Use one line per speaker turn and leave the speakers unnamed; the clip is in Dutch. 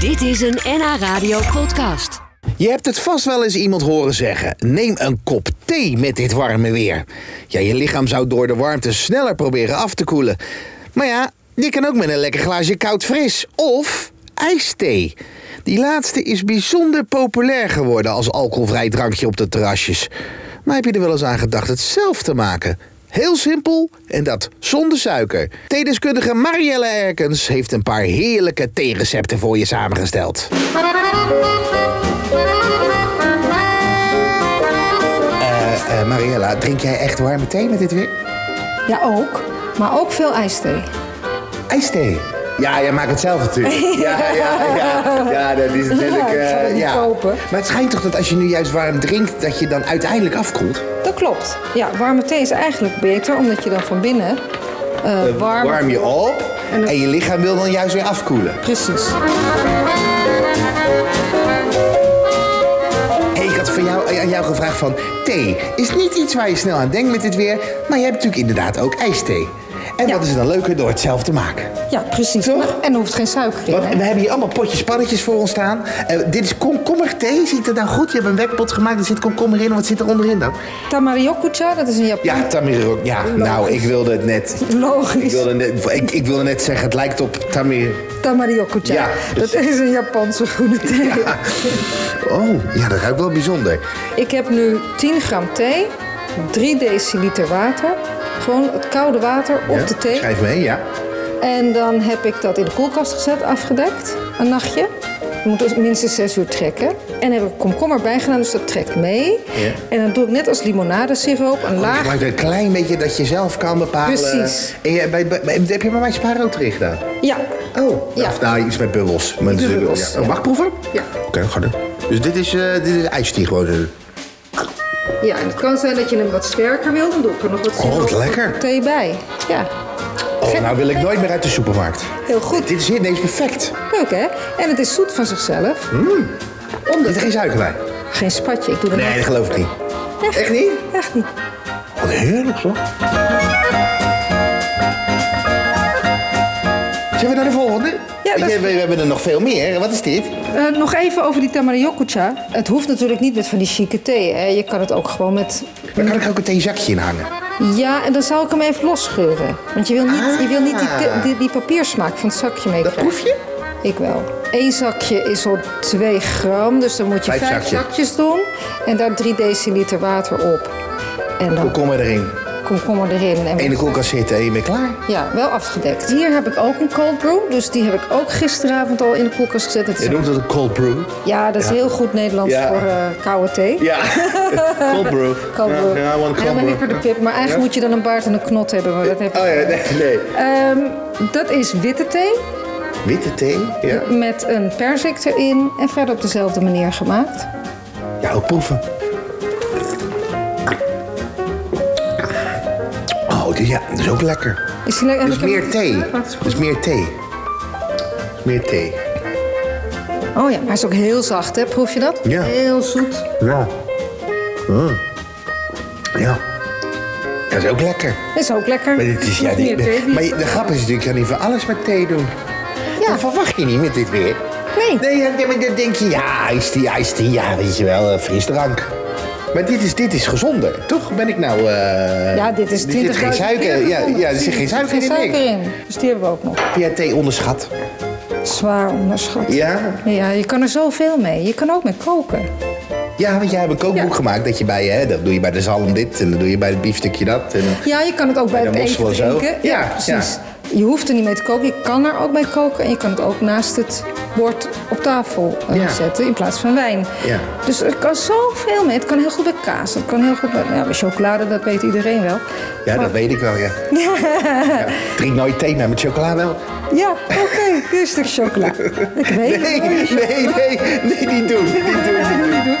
Dit is een NH Radio podcast.
Je hebt het vast wel eens iemand horen zeggen: neem een kop thee met dit warme weer. Ja, je lichaam zou door de warmte sneller proberen af te koelen. Maar ja, dit kan ook met een lekker glaasje koud fris of ijsthee. Die laatste is bijzonder populair geworden als alcoholvrij drankje op de terrasjes. Maar heb je er wel eens aan gedacht het zelf te maken? Heel simpel en dat zonder suiker. Theedeskundige Marielle Erkens heeft een paar heerlijke theerecepten voor je samengesteld. Eh, eh, Mariella, drink jij echt warme thee met dit weer?
Ja, ook. Maar ook veel ijsthee.
IJsthee. Ja, jij maakt het zelf natuurlijk. Ja, ja, ja. Ja, dat is natuurlijk...
Ja, ik zou het
eh,
niet kopen.
Maar het schijnt toch dat als je nu juist warm drinkt, dat je dan uiteindelijk afkoelt?
Dat klopt. Ja, warme thee is eigenlijk beter, omdat je dan van binnen eh warm...
Warm je op en, je lichaam wil dan juist weer afkoelen.
Precies.
Hey, ik had van jou, aan jou gevraagd van... Thee is niet iets waar je snel aan denkt met dit weer, maar je hebt natuurlijk inderdaad ook ijsthee. En
Ja.
wat is er dan leuker door het zelf te maken?
Ja, precies.
Toch?
En er hoeft geen suiker in,
Want
hè?
we hebben hier allemaal potjes pannetjes voor ons staan. Eh, dit is komkommerthee. Ziet er nou goed? Je hebt een wekpot gemaakt. Er zit komkommer in. Wat zit er onderin dan?
Tamariokucha, dat is een Japan.
Ja, tamir. Ja, nou, ik wilde het net. Ik
Logisch.
wilde net, ik, ik wilde net zeggen, het lijkt op tamir.
Tamariokucha.
Ja,
dat
precies.
is een Japanse groene thee.
Ah. Oh, ja, dat ruikt wel bijzonder.
Ik heb nu 10 gram thee, 3 deciliter water. Gewoon het koude water op
Ja,
de thee.
Schrijf mee, ja.
En dan heb ik dat in de koelkast gezet, afgedekt, een nachtje. Je moet dus minstens zes uur trekken. En heb ik komkommer bijgedaan, dus dat trekt mee.
Ja. Oh,
En dan doe ik net als limonadesiroop een
Je
laag...
gebruikt een klein beetje dat je zelf kan bepalen.
Precies.
En je, bij, bij, bij- heb je maar mijn spaar ook erin gedaan?
Ja,
Oh,
Ja.
of nou, iets met bubbels. Met
doe bubbels,
Ja. Oh, mag ik proeven?
Ja.
Oké, ga doen. Dus dit is, eh dit is ijstie gewoon. eh.
ja, en het kan zijn dat je hem wat sterker wil. Dan doe ik er nog wat
Oh, wat
siroop
lekker.
thee bij. Ja,
Oh, nou wil ik nooit meer uit de supermarkt.
heel goed.
Dit is ineens perfect.
Leuk, hè? En het is zoet van zichzelf.
Hm? Omdat er geen suiker bij.
Geen spatje, ik doe er
Nee, dat
nog-
geloof ik niet.
Echt,
Echt niet?
Echt niet.
Wat heerlijk, hoor. Zijn we naar de volgende?
Ja, dat is-
Ik- we, we hebben er nog veel meer. Wat is dit?
Eh, nog even over die tamariokucha. Het hoeft natuurlijk niet met van die chique thee. Hè? Je kan het ook gewoon met
Daar kan ik ook een theezakje in hangen.
Ja, en dan zou ik hem even losscheuren. Want je wil niet, je wil niet die, te- die, die papiersmaak van het zakje
Dat
meekrijgen.
proef je?
Ik wel. Eén zakje is al 2 gram, dus dan moet je
Vijf
vijf,
zakjes.
zakjes doen. En daar 3 deciliter water op. En dan
Komkommer erin.
komkommer erin. En
In de koelkast zitten en je bent klaar.
ja, wel afgedekt. Hier heb ik ook een cold brew, dus die heb ik ook gisteravond al in de koelkast gezet. Het is-
Je noemt dat een cold brew.
ja, dat is heel goed Nederlands
Ja.
voor eh, koude thee.
Ja, cold brew.
Cold brew.
Ja, I want cold
Helemaal
brew.
hipper de pip, maar eigenlijk moet je dan een baard en een knot hebben, maar dat heb ik
Oh ja, nee. nee.
Ehm, dat is witte thee
Witte thee. Ja.
met een perzik erin en verder op dezelfde manier gemaakt.
ja, ook proeven. Oh, dit, ja, dat is ook lekker.
Is die lekker?
Dus meer thee. Dus meer thee. Meer thee.
Oh ja, maar hij is ook heel zacht, hè? Proef je dat?
Ja.
Heel zoet.
Ja. Mm. Ja. Dat is ook lekker.
Is ook lekker.
Maar, dit is, ja, dit-
Meer thee.
maar je- de grap is natuurlijk, je kan niet van alles met thee doen.
Ja.
Dat verwacht je niet met dit weer.
Nee.
Nee, ja, nee, maar dan denk je, ja, ijs die, ijs die, ja, weet je wel, eh, frisdrank. Maar dit is, dit is gezonder, toch? Ben ik nou... eh,
Ja, dit is
er zit
20
geen suiker, ja, ja, er zit geen suiker in. niks.
Dus die hebben we ook nog.
Heb jij thee onderschat?
Zwaar onderschat.
Ja?
Ja, je kan er zoveel mee. Je kan ook mee koken.
Ja, want jij hebt een kookboek
Ja.
gemaakt dat je bij, hè, dat doe je bij de zalm dit en dan doe je bij het biefstukje dat. En,
Ja, je kan het ook bij
Bij
het
de mossel
eten
en zo.
drinken.
Ja,
precies. Je hoeft er niet mee te koken. Je kan er ook bij koken. En je kan het ook naast het bord op tafel eh,
Ja.
zetten in plaats van wijn.
Ja.
Dus er kan zoveel mee. Het kan heel goed bij kaas. Het kan heel goed bij, ja, bij chocolade. Dat weet iedereen wel.
ja, dat weet ik wel, ja. Ja, Drink nooit thee, maar met chocola wel.
Ja, oké. Hier een stuk chocola. Ik weet
Nee,
het.
nee, nee, nee, niet doen, niet doen.